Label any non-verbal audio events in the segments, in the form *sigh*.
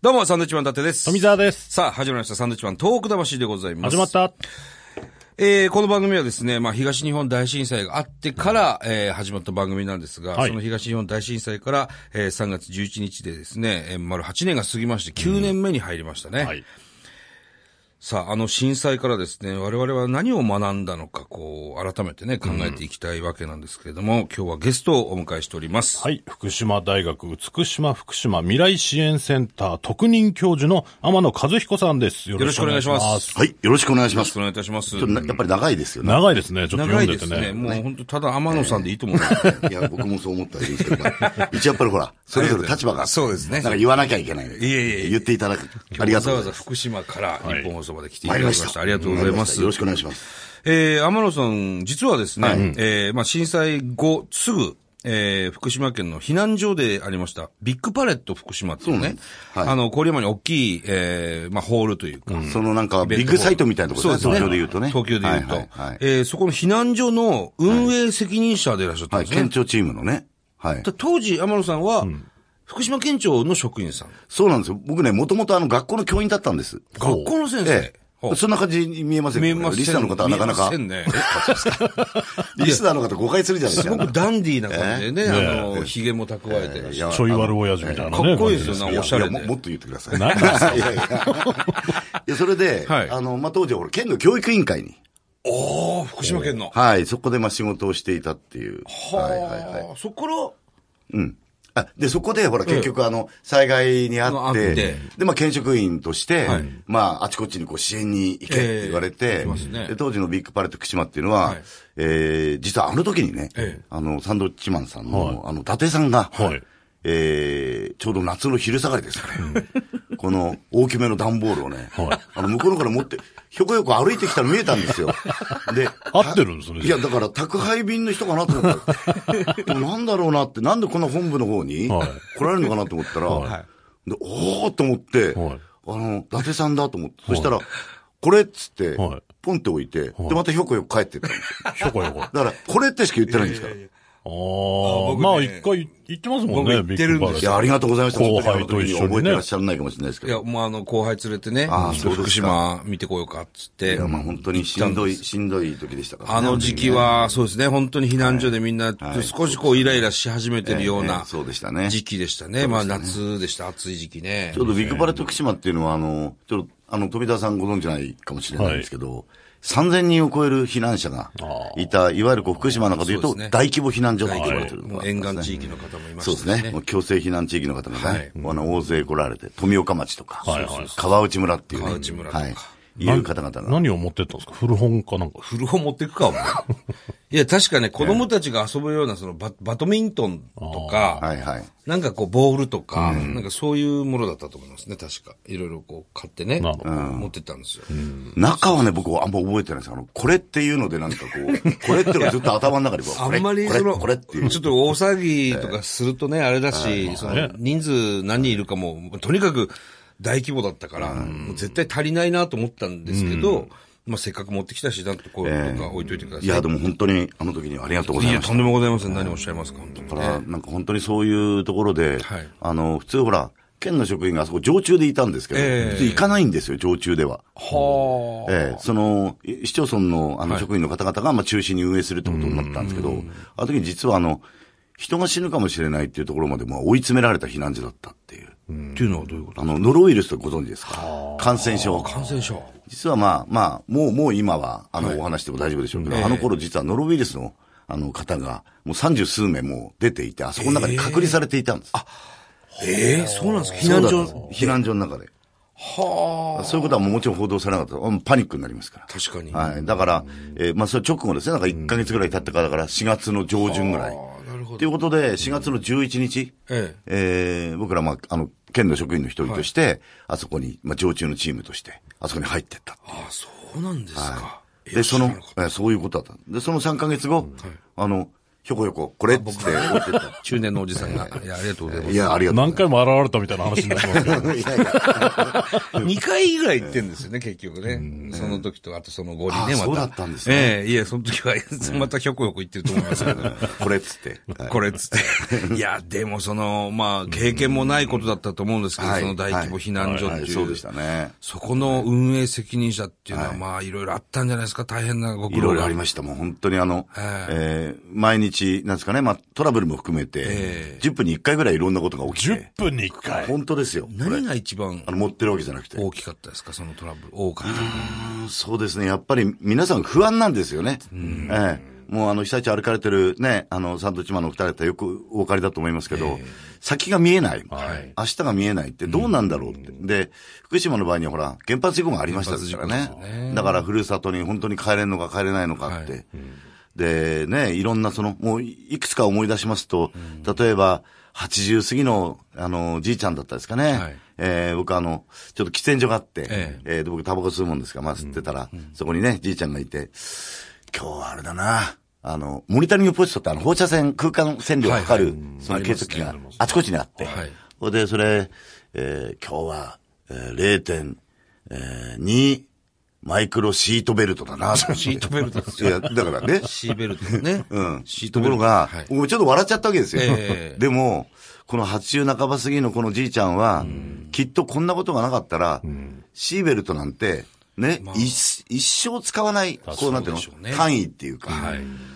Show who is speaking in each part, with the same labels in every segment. Speaker 1: どうも、サンドウィッチマン伊達です。
Speaker 2: 富澤です。
Speaker 1: さあ、始まりました。サンドウィッチマントーク魂でございます。
Speaker 2: 始まった。
Speaker 1: えー、この番組はですね、まあ、東日本大震災があってから、えー、始まった番組なんですが、
Speaker 2: はい
Speaker 1: その東日本大震災から、えー、3月11日でですね、えー、丸8年が過ぎまして、9年目に入りましたね。
Speaker 2: はい。
Speaker 1: さあ、あの震災からですね、我々は何を学んだのか、こう、改めてね、考えていきたいわけなんですけれども、今日はゲストをお迎えしております。
Speaker 2: はい。福島大学美島福島未来支援センター特任教授の天野和彦さんです。よ
Speaker 1: よろしくお願いします。よろ。
Speaker 3: はい、よろしくお願いしま
Speaker 1: し
Speaker 3: す。
Speaker 1: くお願いいたします。
Speaker 3: ちょっとなやっぱり長いですよね。
Speaker 2: 長いですね。ちょっと
Speaker 1: 長
Speaker 2: 読
Speaker 1: い
Speaker 2: んで
Speaker 1: で
Speaker 2: て
Speaker 1: すね。
Speaker 2: ね。
Speaker 1: もう本当ただ天野さんでいいと思う。
Speaker 3: いや、僕もそう思ったりするけど、一応やっぱ
Speaker 1: *laughs*
Speaker 3: りほら、それぞれ立場があって
Speaker 1: そうですね
Speaker 3: なんか言わなきゃいけない。い
Speaker 1: えいえいえ
Speaker 3: 言っていただく。ありがと
Speaker 1: わざ
Speaker 3: うござい
Speaker 1: わ
Speaker 3: ま
Speaker 1: ざ
Speaker 3: す。
Speaker 1: 福島から日本放送まで来ていた
Speaker 3: 参
Speaker 1: だきま
Speaker 3: りま
Speaker 1: し。
Speaker 3: したた。
Speaker 1: ありがとうございます
Speaker 3: よ。ろしくお願いします。
Speaker 1: えー、天野さん、実はですね、
Speaker 3: はい
Speaker 1: えーまあ、震災後すぐ、えー、福島県の避難所でありました、ビッグパレット福島っていう
Speaker 3: そうなん
Speaker 1: ね
Speaker 3: で、すはい
Speaker 1: あの、郡山に大きい、えー、まあ、ホールというか、
Speaker 3: そのなんか、ビッグサイトみたいなところ
Speaker 1: そう
Speaker 3: 東京で言うとね。
Speaker 1: 東京で言うと。
Speaker 3: はいはいはい
Speaker 1: えーそこの避難所の運営責任者でいらっしゃったん
Speaker 3: は
Speaker 1: で
Speaker 3: い、
Speaker 1: すね。
Speaker 3: 県庁チームのね。はい。
Speaker 1: だ当時、天野さんは、福島県庁の職員さん。
Speaker 3: そうなんですよ。僕ね、もともとあの、学校の教員だったんです。
Speaker 1: 学校の先生。
Speaker 3: え
Speaker 1: ほ
Speaker 3: え。
Speaker 1: う
Speaker 3: そんな感じに見えません
Speaker 1: 見えません
Speaker 3: リスナーの方はなかなか
Speaker 1: 見えませ。んね。
Speaker 3: リスナーの方誤解するじゃないで
Speaker 1: す
Speaker 3: すか
Speaker 1: ご。くダンディーな感じでね、
Speaker 2: え
Speaker 1: あの、髭も蓄えてらっしゃる。
Speaker 2: ちょい悪親父みたいなね。
Speaker 1: かっこいいですよ
Speaker 2: 感じ
Speaker 1: な、おしゃれ
Speaker 3: いやも
Speaker 1: で
Speaker 3: も。っと言ってください。
Speaker 2: 何
Speaker 3: いや *laughs* いやいやいやそれで、
Speaker 1: はい
Speaker 3: あの、まあ、当時は俺、県の教育委員会に、
Speaker 1: おー、福島県の。
Speaker 3: はい、そこでまあ仕事をしていたっていう。はいはいはい。
Speaker 1: はあ、そこから、
Speaker 3: あで、そこで、ほら、結局、あの、災害に
Speaker 1: の
Speaker 3: あ
Speaker 1: あっ
Speaker 3: ってて、で、まあ、県職員として、
Speaker 1: はい
Speaker 3: まあ、あちこちにこう、支援に行けって言われ
Speaker 1: ええ
Speaker 3: て、
Speaker 1: 行きますね
Speaker 3: で当時のビッグパレット福島っていうのは、
Speaker 1: はい
Speaker 3: えー、実はあの時にね、
Speaker 1: ええ
Speaker 3: あの、サンドウィッチマンさんの、
Speaker 2: はい
Speaker 3: あの、伊達さんが、
Speaker 2: はい
Speaker 3: えー、ちょうど夏の昼下がりですかね、この大きめの段ボールをね、
Speaker 2: はい
Speaker 3: あの、向こうのから持って、ひょこよこ歩いてきたの見えたんですよ。で、
Speaker 2: 合ってるんですね。
Speaker 3: いや、だから宅配便の人かなと思った。でもなんだろうなって、なんでこんな本部の方に
Speaker 2: はい
Speaker 3: 来られるのかなと思ったら、
Speaker 2: は
Speaker 3: で、おーと思っ
Speaker 2: は
Speaker 3: て、
Speaker 2: い
Speaker 3: あの、伊達さんだと思って、そしたら、これっつって、
Speaker 2: はい
Speaker 3: ポンって置いて、
Speaker 2: はい
Speaker 3: で、またひょこよく帰ってったんですよ
Speaker 2: ひょこひょこ。あ
Speaker 3: だから、これってしか言ってないんですから。い
Speaker 2: *laughs* あ、
Speaker 1: 僕ね
Speaker 2: まあ一回言ってますもんね、
Speaker 1: 僕言ってるんですよ
Speaker 2: ビッグパレット
Speaker 3: や、ありがとうございました。
Speaker 2: 後輩と一緒にね
Speaker 3: 本当覚えてらっしゃらないかもしれないですけ
Speaker 1: いや、
Speaker 3: ど。
Speaker 1: もうあの、後輩連れてね、
Speaker 3: あー
Speaker 1: ちょっと
Speaker 3: そう
Speaker 1: 福
Speaker 3: ですか
Speaker 1: 島見てこようか、っつって。
Speaker 3: いや、まあ本当にしんどい、しんどい時でしたからね、
Speaker 1: あの時期は、そうですね、本当に避難所でみんな、
Speaker 3: はい
Speaker 1: 少しこう、イライラし始めてるよう
Speaker 3: えええ
Speaker 1: な
Speaker 3: えそうでしたね
Speaker 1: 時期でしたね。まあ、夏でした、暑い時期ね
Speaker 3: ちょ。うどビッグパレット福島っていうのは、あの、ちょっと、あの、富田さんご存知ないかもしれないんですけど、3000人を超える避難者がいた、いわゆるこう福島の中でいう
Speaker 1: そ
Speaker 3: と、
Speaker 1: うですね
Speaker 3: 大規模避難所って言われてるの
Speaker 1: も
Speaker 3: が
Speaker 1: う沿岸地域の方もいま
Speaker 3: そう
Speaker 1: し
Speaker 3: で
Speaker 1: た
Speaker 3: す
Speaker 1: ね。
Speaker 3: ね。もう強制避難地域の方がね、
Speaker 1: はい
Speaker 3: あの、大勢来られて、富岡町とか、
Speaker 2: はいはい
Speaker 3: 川内村っていう、ね、
Speaker 1: 川内村とか
Speaker 3: はい。いう方々が。
Speaker 2: 何を持ってったんですか古本かなんか。
Speaker 1: 古本持ってく *laughs* か、お前。いや、確かね、子供たちが遊ぶような、そのバ、バドミントンとか、
Speaker 3: はいはい。
Speaker 1: なんかこう、ボールとか、なんかそういうものだったと思いますね、確か。いろいろこう、買ってね、
Speaker 2: なるほど
Speaker 1: 持ってったんですよ。
Speaker 3: 中はね、僕はあんま覚えてないです。あの、これっていうのでなんかこう、これっていうのがずっと頭の中にこう、
Speaker 1: あ
Speaker 3: これ
Speaker 1: んまり
Speaker 3: これ、
Speaker 1: その、
Speaker 3: これっていう
Speaker 1: ちょ。っと大騒ぎとかするとね、あれだし、その、人数何人いるかも、とにかく大規模だったから、もう絶対足りないなと思ったんですけど、まあせっかく持ってきたし、なんとこう、
Speaker 3: ええ
Speaker 1: とか置いといてください。
Speaker 3: いや、でも本当にあの時にはありがとうござ
Speaker 1: い
Speaker 3: い
Speaker 1: や、
Speaker 3: ました
Speaker 1: とん。でもございません。何をおっしゃいますか、本当に
Speaker 3: だ。から、なんか本当にそういうところで、
Speaker 1: はい
Speaker 3: あの、普通ほら、県の職員があそこ常駐でいたんですけど、
Speaker 1: ええ
Speaker 3: 普通行かないんですよ、常駐では。
Speaker 1: は
Speaker 3: ええその、い市町村のあの職員の方々が、まあ中心に運営するってことになったんですけど、あの時実はあの、人が死ぬかもしれないっていうところまで、まあ追い詰められた避難所だったっていう。
Speaker 1: あ。っていうのはどういうこと
Speaker 3: あの、ノロウイルスとご存知ですか感染症。
Speaker 1: 感染症。
Speaker 3: 実はまあまあ、もうもう今は、あの、お話しても大丈夫でしょうけど、
Speaker 1: ええ
Speaker 3: あの頃実はノロウイルスの、あの方が、もう三十数名もう出ていて、あそこの中に隔離されていたんです。あ、
Speaker 1: ええそうなんですか避難所。
Speaker 3: 避難所の中で。
Speaker 1: は
Speaker 3: そういうことはもうもちろん報道されなかった。うんパニックになりますから
Speaker 1: あ。。確かに。
Speaker 3: はい。だから、えーまあそれ直後ですね、なんか1ヶ月ぐらい経ってからだから4月の上旬ぐらい。
Speaker 1: ああ、なるほ
Speaker 3: と
Speaker 1: ど。
Speaker 3: いうことで、4月の11日、
Speaker 1: ええ
Speaker 3: えー僕ら、まあ、あの、県の職員の一人として、あそこに、まあ、常駐のチームとして、あそこに入ってったっていう
Speaker 1: ああ、そうなんですか。いや
Speaker 3: で、その
Speaker 1: 知らなかっ、
Speaker 3: えーそういうことだった。で、その3ヶ月後、あの、ひょこひょこ、これっつって置いてった。
Speaker 1: 中年のおじさんが。いや、ありがとうございます。
Speaker 3: *laughs* いや、ありがとう
Speaker 2: 何回も現れたみたいな話になってますけど。 *laughs*
Speaker 3: いやいや
Speaker 1: 2回ぐらい行ってんですよね、結局ね。その時と、あとその後にね、
Speaker 3: あ
Speaker 1: また。
Speaker 3: そうだったんですね
Speaker 1: ええいや、その時は、またひょこひょこ行ってると思いますけ
Speaker 3: *laughs*
Speaker 1: ど。
Speaker 3: これっつ
Speaker 1: *laughs*
Speaker 3: って。はい
Speaker 1: これっつって。いや、でもその、まあ、経験もないことだったと思うんですけど、
Speaker 3: はい
Speaker 1: その大規模避難所って
Speaker 3: はい
Speaker 1: い
Speaker 3: そう
Speaker 1: う
Speaker 3: でし。たね。
Speaker 1: そこの運営責任者っていうのは、
Speaker 3: はい
Speaker 1: まあ、いろいろあったんじゃないですか、大変なご苦
Speaker 3: い
Speaker 1: 労
Speaker 3: ろ
Speaker 1: が。
Speaker 3: いろありました。もう本当にあの、
Speaker 1: はい
Speaker 3: えー毎日、なんですかね、まあトラブルも含めて
Speaker 1: え、
Speaker 3: 10分に1回ぐらいいろんなことが起き
Speaker 2: 10
Speaker 3: て。
Speaker 2: 分に1回。
Speaker 3: 本当ですよ。これ
Speaker 1: 何が一番
Speaker 3: あの、持ってるわけじゃなくて。
Speaker 1: 大きかったですか、そのトラブル。多かった。
Speaker 3: そうですね。やっぱり皆さん不安なんですよね。ええもうあの、被災地歩かれてるね、あの、サンドウィッチマンのお二人だったらよくお分かりだと思いますけど、先が見えない,、
Speaker 2: はい
Speaker 3: 明日が見えないってどうなんだろうって。で、福島の場合にはほら、原発事故がありましたからね。だから、ふるさとに本当に帰れるのか帰れないのかって。
Speaker 1: は
Speaker 3: で、ね、いろんなその、もういくつか思い出しますと、例えば、80過ぎの、あの、じいちゃんだったですかね。
Speaker 1: はい
Speaker 3: えー僕あの、ちょっと喫煙所があって、
Speaker 1: え
Speaker 3: えーで僕タバコ吸うもんですから、まあ吸ってたら、そこにね、じいちゃんがいて、今日はあれだな、あの、モニタリングポストってあの、放射線、空間線量を測る、その計測器があちこちにあって、
Speaker 1: はい
Speaker 3: ほいで、それ、えー今日は、えー0.2マイクロシートベルトだな、と思って
Speaker 1: シートベルトです
Speaker 3: い
Speaker 1: よ。
Speaker 3: や、だからね、
Speaker 1: シーベルト
Speaker 3: *laughs*
Speaker 1: ね。
Speaker 3: うん。
Speaker 1: シート
Speaker 3: と
Speaker 1: ベ
Speaker 3: こ
Speaker 1: ル
Speaker 3: ろ
Speaker 1: ト。
Speaker 3: が、
Speaker 1: はい
Speaker 3: 僕ちょっと笑っちゃったわけですよ。
Speaker 1: ええ
Speaker 3: でも、この80半ば過ぎのこのじいちゃんは、きっとこんなことがなかったら、シーベルトなんて、ね、一一生使わない、こうなんていうの
Speaker 1: そうでしょうね
Speaker 3: 単位っていうか、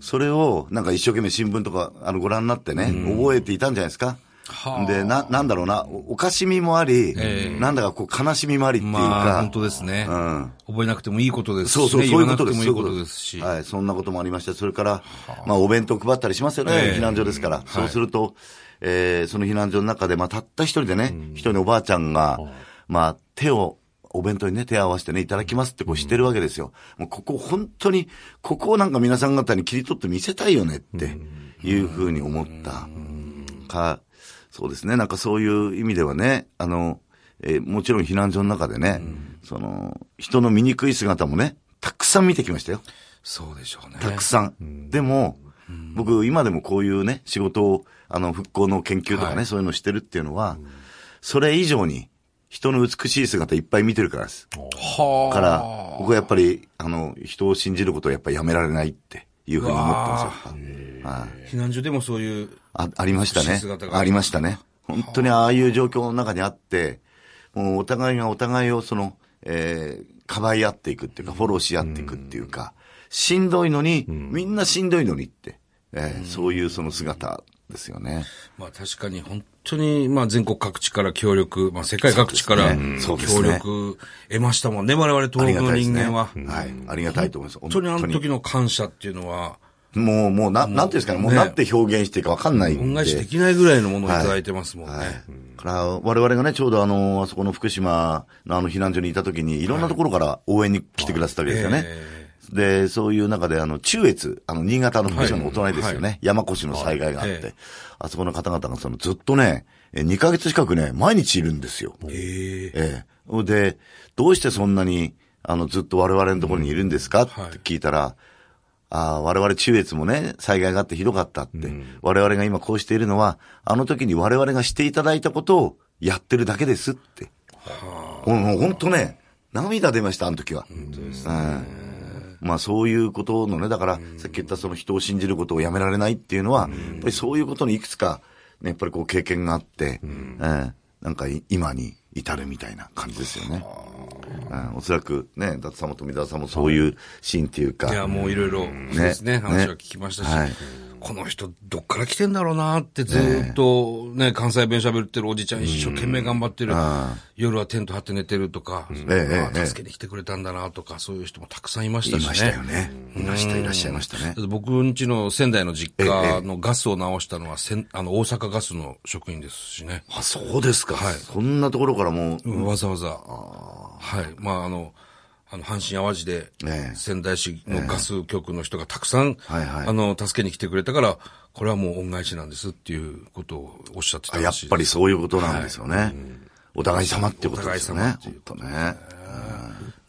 Speaker 3: それを、なんか一生懸命新聞とか、あの、ご覧になってね、覚えていたんじゃないですか。
Speaker 1: はあ
Speaker 3: で、な、なんだろうな、おおかしみもあり、なんだかこう悲しみもありっていうか、
Speaker 1: まあ、本当ですね。
Speaker 3: うん
Speaker 1: 覚えなくてもいいことですし、ね。
Speaker 3: そうそう、そういうことです。
Speaker 1: 言わなくてもいいことですし。
Speaker 3: はい、そんなこともありました。それから、まあ、お弁当配ったりしますよね、
Speaker 1: ええ
Speaker 3: 避難所ですから。そうすると、えーその避難所の中で、まあ、たった一人でね、一人のおばあちゃんが、まあ、手を、お弁当にね、手を合わせてね、いただきますってこうしてるわけですよ。もうここ本当に、ここをなんか皆さん方に切り取って見せたいよねっていうふうに思った。か、そうですね、なんかそういう意味ではね、あの、えーもちろん避難所の中でね、その、人の醜い姿もね、たくさん見てきましたよ。
Speaker 1: そうでしょうね。
Speaker 3: たくさん。でも、僕、今でもこういうね、仕事を、あの、復興の研究とかね、そういうのをしてるっていうのは、それ以上に、人の美しい姿いっぱい見てるからです。
Speaker 1: はあ。
Speaker 3: から、僕はやっぱり、あの、人を信じることをやっぱりやめられないっていうふうに思ったんですよ。はい。
Speaker 1: 避難所でもそういう、
Speaker 3: あありました
Speaker 1: 美し
Speaker 3: ね
Speaker 1: い姿。が
Speaker 3: ありましたね。本当にああいう状況の中にあって、もうお互いがお互いをその、えー、かばい合っていくっていうか、フォローし合っていくっていうか、しんどいのに、みんなしんどいのにって、えーそういうその姿ですよね。
Speaker 1: まあ確かに本当に、まあ全国各地から協力、まあ世界各地から
Speaker 3: そう
Speaker 1: 協
Speaker 3: ですねそうですね
Speaker 1: 力得ましたもんね、我々
Speaker 3: あり
Speaker 1: 東
Speaker 3: が
Speaker 1: 北
Speaker 3: た
Speaker 1: の
Speaker 3: いです
Speaker 1: 人
Speaker 3: ね。
Speaker 1: 間は。
Speaker 3: はい。ありがたいと思います。本
Speaker 1: 本当にあの時の感謝っていうのは、
Speaker 3: もう、もう、な、なんていうんですかね、もう
Speaker 1: ね
Speaker 3: なって表現していいかわかんないんで。
Speaker 1: 恩返しできないぐらいのものをいただいてますもんね。
Speaker 3: はい。から、我々がね、ちょうどあの、あそこの福島のあの避難所にいた時に、いろんなところから応援に来てくださったわけですよね。
Speaker 1: え
Speaker 3: で、そういう中で、あの、中越、あの、新潟の福島のお隣ですよね。
Speaker 1: は
Speaker 3: 山越の災害があって、
Speaker 1: はいええ
Speaker 3: あそこの方々がそのずっとね、え2ヶ月近くね、毎日いるんですよ。
Speaker 1: え
Speaker 3: ええ。で、どうしてそんなに、あの、ずっと我々のところにいるんですか、
Speaker 1: はい
Speaker 3: って聞いたら、ああ、我々中越もね、災害があってひどかったって、我々が今こうしているのは、あの時に我々がしていただいたことをやってるだけですって。もうもう本当ね、涙出ました、あの時は。うんまあそういうことのね、だから、さっき言ったその人を信じることをやめられないっていうのは、やっぱりそういうことにいくつか、ね、やっぱりこう経験があって、ええなんかい今に至るみたいな感じですよね。うんおそらくね、伊達さんも富澤さんもそういうシーンっていうか、
Speaker 1: いや、もういろいろ、そうですね、
Speaker 3: ね
Speaker 1: 話は聞きましたし、
Speaker 3: はい
Speaker 1: この人、どっから来てんだろうなって、ずーっとね、関西弁喋ってるおじちゃん、一生懸命頑張ってる、夜はテント張って寝てるとか、
Speaker 3: ええ
Speaker 1: あ助けに来てくれたんだなとか、そういう人もたくさんいまし
Speaker 3: い
Speaker 1: たしね。
Speaker 3: ましたよね。いました、いらっしゃいましたね。
Speaker 1: 僕んちの仙台の実家のガスを直したのは、せんあの、大阪ガスの職員ですしね。
Speaker 3: あ、そうですか。そんなところからもう、
Speaker 1: わざわざ。はい。まあ、あの、あの、阪神淡路で
Speaker 3: ええ、
Speaker 1: 仙台市のガス局の人がたくさん、
Speaker 3: はいはい
Speaker 1: あの、助けに来てくれたから、これはもう恩返しなんですっていうことをおっしゃってた
Speaker 3: あや
Speaker 1: ら
Speaker 3: っ
Speaker 1: しい
Speaker 3: ぱ
Speaker 1: で
Speaker 3: り
Speaker 1: す。
Speaker 3: そういうことなんですよね。お互い様ってことですよね。
Speaker 1: お互い様
Speaker 3: 本当ね。
Speaker 1: やっぱ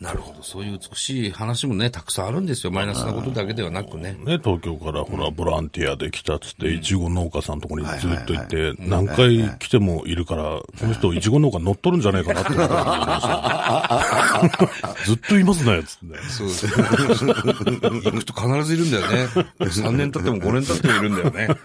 Speaker 1: り、なるほど。そういう美しい話もね、たくさんあるんですよ。マイナスなことだけではなくね。
Speaker 2: ね、東京からほら、ボランティアで来たっつって、いちご農家さんのとこにずっと行って、何回来てもいるから、この人、いちご農家乗っ取るんじゃねえかなって思いました。ずっといますね、つって。
Speaker 3: *laughs*
Speaker 1: そうです。行くと必ずいるんだよね。3年経っても5年経ってもいるんだよね。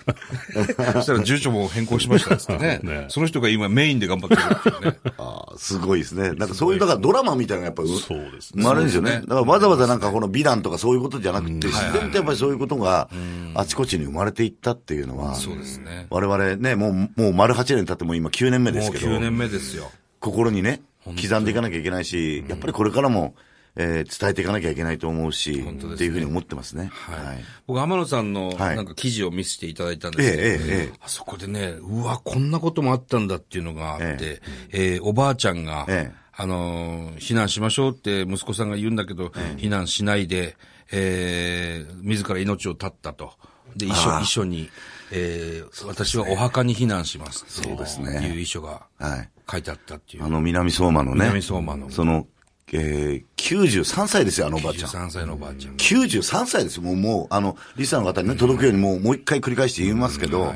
Speaker 1: そしたら住所も変更しましたっつって
Speaker 3: *laughs*
Speaker 1: ね。
Speaker 2: ね
Speaker 1: その人が今メインで頑張ってるっていうね。
Speaker 3: ああ、すごいですね。なんかそういう、だからドラマみたいなのがやっぱう
Speaker 2: そうです
Speaker 3: 生まれるんですよ
Speaker 1: そう
Speaker 3: ね。
Speaker 1: ですね
Speaker 3: だからわざわざなんかこの美談とかそういうことじゃなくて、自然とやっぱりそういうことがあちこちに生まれていったっていうのは、
Speaker 1: そうですね。
Speaker 3: 我々ね、もう、もう丸8年経ってもう今9年目で
Speaker 1: もう
Speaker 3: すけど
Speaker 1: 9、年目ですよ。
Speaker 3: 心にね、刻んでいかなきゃいけないし、やっぱりこれからも、えー伝えていかなきゃいけないと思うし、
Speaker 1: 本当ですね
Speaker 3: っていうふうに思ってますね。はい。
Speaker 1: 僕、天野さんの
Speaker 3: はい
Speaker 1: なんか記事を見せていただいたん
Speaker 3: ええ
Speaker 1: ですけど、
Speaker 3: ええええ
Speaker 1: あそこでね、うわ、こんなこともあったんだっていうのがあって、ええおばあちゃんが、
Speaker 3: ええ
Speaker 1: あのー、避難しましょうって息子さんが言うんだけど、避難しないで、えー、自ら命を絶ったと。で、遺書、遺書に、えー私はお墓に避難しますっていう
Speaker 3: すね
Speaker 1: いう遺書が
Speaker 3: はい。
Speaker 1: 書いてあったっていう。
Speaker 3: あの、南相馬のね。
Speaker 1: 南相馬の
Speaker 3: その、えー、93歳ですよ、あのおばあちゃん。
Speaker 1: 13歳のおばあちゃん。
Speaker 3: 93歳ですよ、もう、もう、あの、リスナーの方にね、届くようにもう、もう一回繰り返して言いますけど、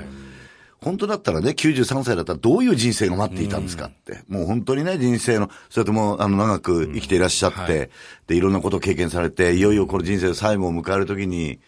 Speaker 3: 本当だったらね、93歳だったらどういう人生が待っていたんですかって。もう本当にね、人生の、そうやってもう、あの、長く生きていらっしゃって、で、いろんなことを経験されて、いよいよこの人生の最後を迎えるときに、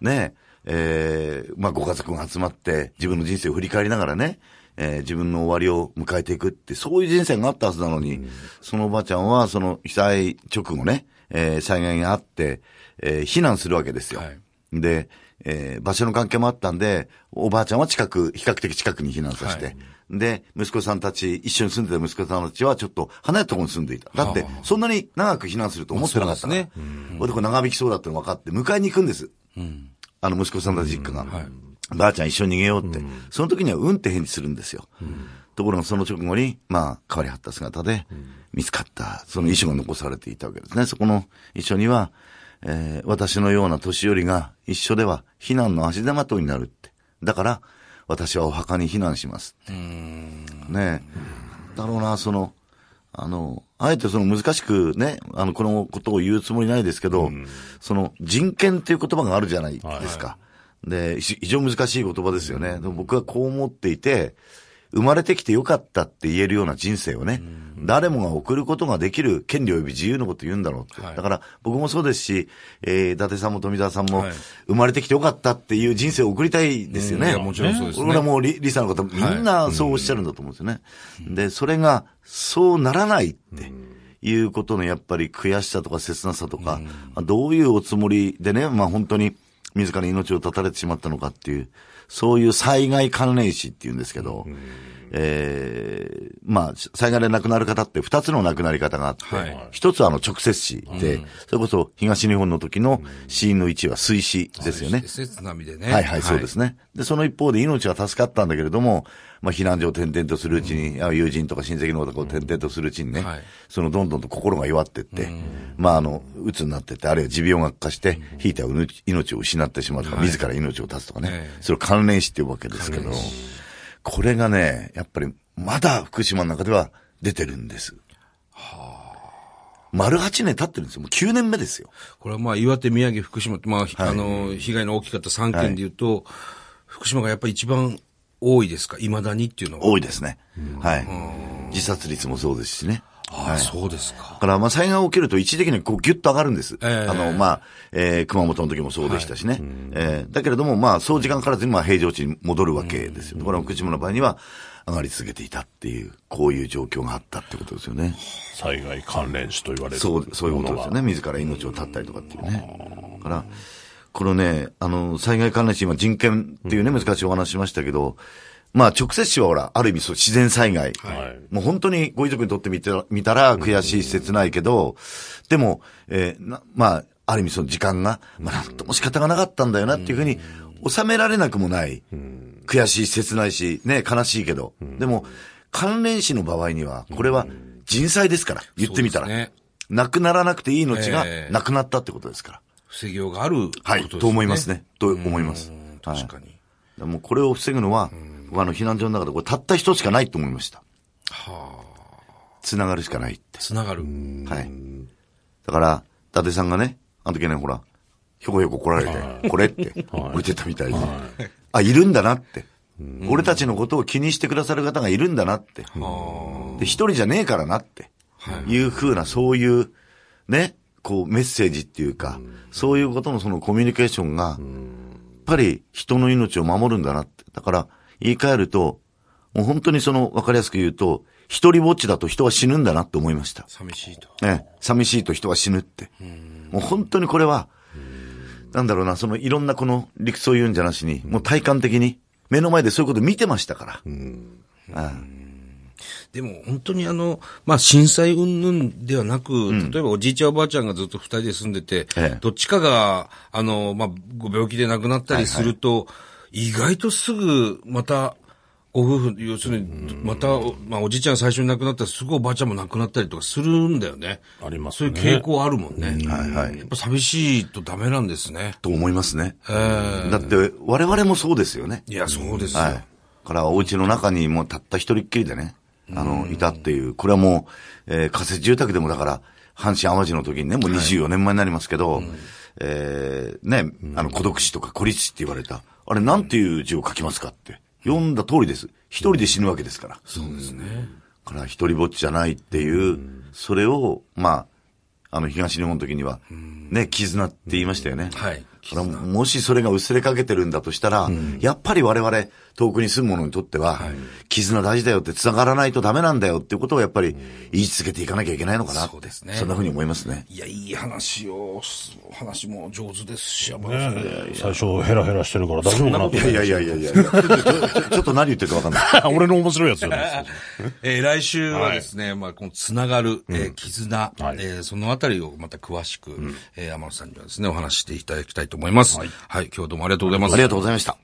Speaker 3: ね、えー、まあ、ご家族が集まって、自分の人生を振り返りながらね、えー自分の終わりを迎えていくって、そういう人生があったはずなのに、そのおばあちゃんは、その被災直後ね、えー災害があって、えー避難するわけですよ。
Speaker 1: はい
Speaker 3: で、えー場所の関係もあったんで、おばあちゃんは近く、比較的近くに避難させて、
Speaker 1: はい
Speaker 3: で、息子さんたち、一緒に住んでた息子さんたちはちょっと離れたところに住んでいた。だって
Speaker 1: は、
Speaker 3: そんなに長く避難すると思ってなかったから。
Speaker 1: まあそうです
Speaker 3: これ長引きそうだっての分かって、迎えに行くんです。あの息子さんたち実家が。ばあちゃん一緒に逃げようって。その時にはうんって返事するんですよ。ところがその直後に、まあ、変わりはった姿で、見つかった、その遺書が残されていたわけですね。そこの遺書には、えー私のような年寄りが一緒では避難の足手まといになるって。だから、私はお墓に避難しますって。ねえ。だろうな、その、あの、あえてその難しくね、あの、このことを言うつもりないですけど、その人権っていう言葉があるじゃないですか。で、し非常に難しい言葉ですよね。でも僕はこう思っていて、生まれてきてよかったって言えるような人生をね、誰もが送ることができる権利及び自由のこと言うんだろうって。
Speaker 1: はい
Speaker 3: だから僕もそうですし、えー、伊達さんも富澤さんも
Speaker 1: はい、
Speaker 3: 生まれてきてよかったっていう人生を送りたいですよね。
Speaker 1: いやもちろんそうですね
Speaker 3: 俺らもうリリサの方、みんなそうおっしゃるんだと思うんですよね。で、それが、そうならないっていうことのやっぱり悔しさとか切なさとか、どういうおつもりでね、まあ本当に自ら命を絶たれてしまったのかっていう、そういう災害関連死っていうんですけど、ええまあ、災害で亡くなる方って二つの亡くなり方があって
Speaker 1: はい、
Speaker 3: 一、つはあの直接死で、それこそ東日本の時の死因の1は水死ですよね。
Speaker 1: 施設並みでね。
Speaker 3: はいはい、そうですね。で、その一方で命は助かったんだけれども、まあ、避難所を転々とするうちに、あ友人とか親戚の方を転々とするうちにね、
Speaker 1: はい
Speaker 3: そのどんどんと心が弱ってって、まあ、あの、鬱になってって、あるいは持病が悪化して、ひいては命命を失ってしまうとか、自ら命を絶つとかね、
Speaker 1: ええ
Speaker 3: それを関連死っていうわけですけど、これがね、やっぱりまだ福島の中では出てるんです。丸8年経ってるんですよ。もう9年目ですよ。
Speaker 1: これはまあ岩手、宮城、福島って、まあ、あの、被害の大きかった3県で言うと、福島がやっぱり一番多いですか、未だにっていうのは。
Speaker 3: 多いですね。はい。自殺率もそうですしね。
Speaker 1: ああ、そうですか
Speaker 3: だ。から、まあ、災害が起きると一時的にこうギュッと上がるんです。
Speaker 1: ええ
Speaker 3: あの、まあ、えー熊本の時もそうでしたしね。えーだけれども、まあ、そう時間からずに、まあ、平常値に戻るわけですよ。これは福島の場合には、上がり続けていたっていう、こういう状況があったってことですよね。
Speaker 2: 災害関連死と言われる。
Speaker 3: そう、そういうことですよね。自ら命を絶ったりとかっていうね。だから、このね、あの、災害関連死、今人権っていうね、難しいお話しましたけど、まあ、直接死はほら、ある意味そう、自然災害。
Speaker 2: はい
Speaker 3: もう本当にご遺族にとってみたら、見たら悔しい、切ないけど、でも、えーな、まあ、ある意味その時間が、まあ、なんとも仕方がなかったんだよなっていうふうに、収められなくもない。悔しい、切ないし、ね、悲しいけど。でも、関連死の場合には、これは人災ですから、言ってみたら。
Speaker 1: そうですね
Speaker 3: なくならなくていい命が
Speaker 1: ええ
Speaker 3: なくなったってことですから。
Speaker 1: 防ぎようがあることですね。
Speaker 3: はい、と思いますね。と思います。はい
Speaker 1: 確かに。
Speaker 3: だからもうこれを防ぐのは、僕はあの避難所の中でこれたった一つしかないと思いました。
Speaker 1: はあ、
Speaker 3: つながるしかないって。
Speaker 1: つながる。
Speaker 3: はい。だから、伊達さんがね、あの時ね、ほら、ひょこひょこ来られて、これって、置いてったみたいで、あ、いるんだなって。俺たちのことを気にしてくださる方がいるんだなって。で、一人じゃねえからなって。いうふうな、そういう、ね、こう、メッセージっていうか、そういうことのそのコミュニケーションが、やっぱり人の命を守るんだなって。だから、言い換えると、もう本当にその、わかりやすく言うと、一人ぼっちだと人は死ぬんだなって思いました。
Speaker 1: 寂しいと。
Speaker 3: ええ、寂しいと人は死ぬって。もう本当にこれは、なんだろうな、そのいろんなこの理屈を言うんじゃなしに、もう体感的に、目の前でそういうこと見てましたから。
Speaker 1: でも本当にあの、まあ、震災云々ではなく、例えばおじいちゃんおばあちゃんがずっと二人で住んでて、
Speaker 3: ええ
Speaker 1: どっちかが、あの、まあ、ご病気で亡くなったりすると、意外とすぐまた、ご夫婦、要するに、また、まあ、おじいちゃん最初に亡くなったら、すぐおばあちゃんも亡くなったりとかするんだよね。
Speaker 2: あります
Speaker 1: そうい
Speaker 2: ね
Speaker 1: う傾向あるもんね。
Speaker 3: はいはい
Speaker 1: やっぱ寂しいとダメなんですね。
Speaker 3: と思いますね。
Speaker 1: え
Speaker 3: だって、我々もそうですよね。
Speaker 1: えいや、そうですよ。
Speaker 3: はい。だから、お家の中にもうたった一人っきりでね、あの、いたっていう、これはもう、えー仮設住宅でもだから、阪神淡路の時にね、もう24年前になりますけど、えーね、あの、孤独死とか孤立死って言われた、あれなんていう字を書きますかって、読んだ通りです。一人で死ぬわけですから。そうですね。だから、一人ぼっちじゃないっていう、それを、まあ、あの、東日本の時には、ね、絆って言いましたよね。
Speaker 1: はい
Speaker 3: これはもしそれが薄れかけてるんだとしたら、やっぱり我々、遠くに住む者にとっては、絆大事だよって繋がらないとダメなんだよっていうことをやっぱり言い続けていかなきゃいけないのかな。
Speaker 1: そうですね
Speaker 3: そんなふうに思いますね。
Speaker 1: いや、いい話を、すお話も上手ですし、やっぱりそれ
Speaker 2: ね最初ヘラヘラしてるから大丈夫かなって
Speaker 3: いやいやいやいや
Speaker 1: *laughs*
Speaker 3: いや。ちょっとちょちょっと何言ってるかわかんない。
Speaker 2: 俺の面白いやつじゃないです
Speaker 1: えー来週はですね、まあ、このつながる、えー絆、
Speaker 2: はい
Speaker 1: えーそのあたりをまた詳しく、えー天野さんにはですね、お話ししていただきたいと思います。はい、今日はどうもありがとうございます。
Speaker 3: ありがとうございました。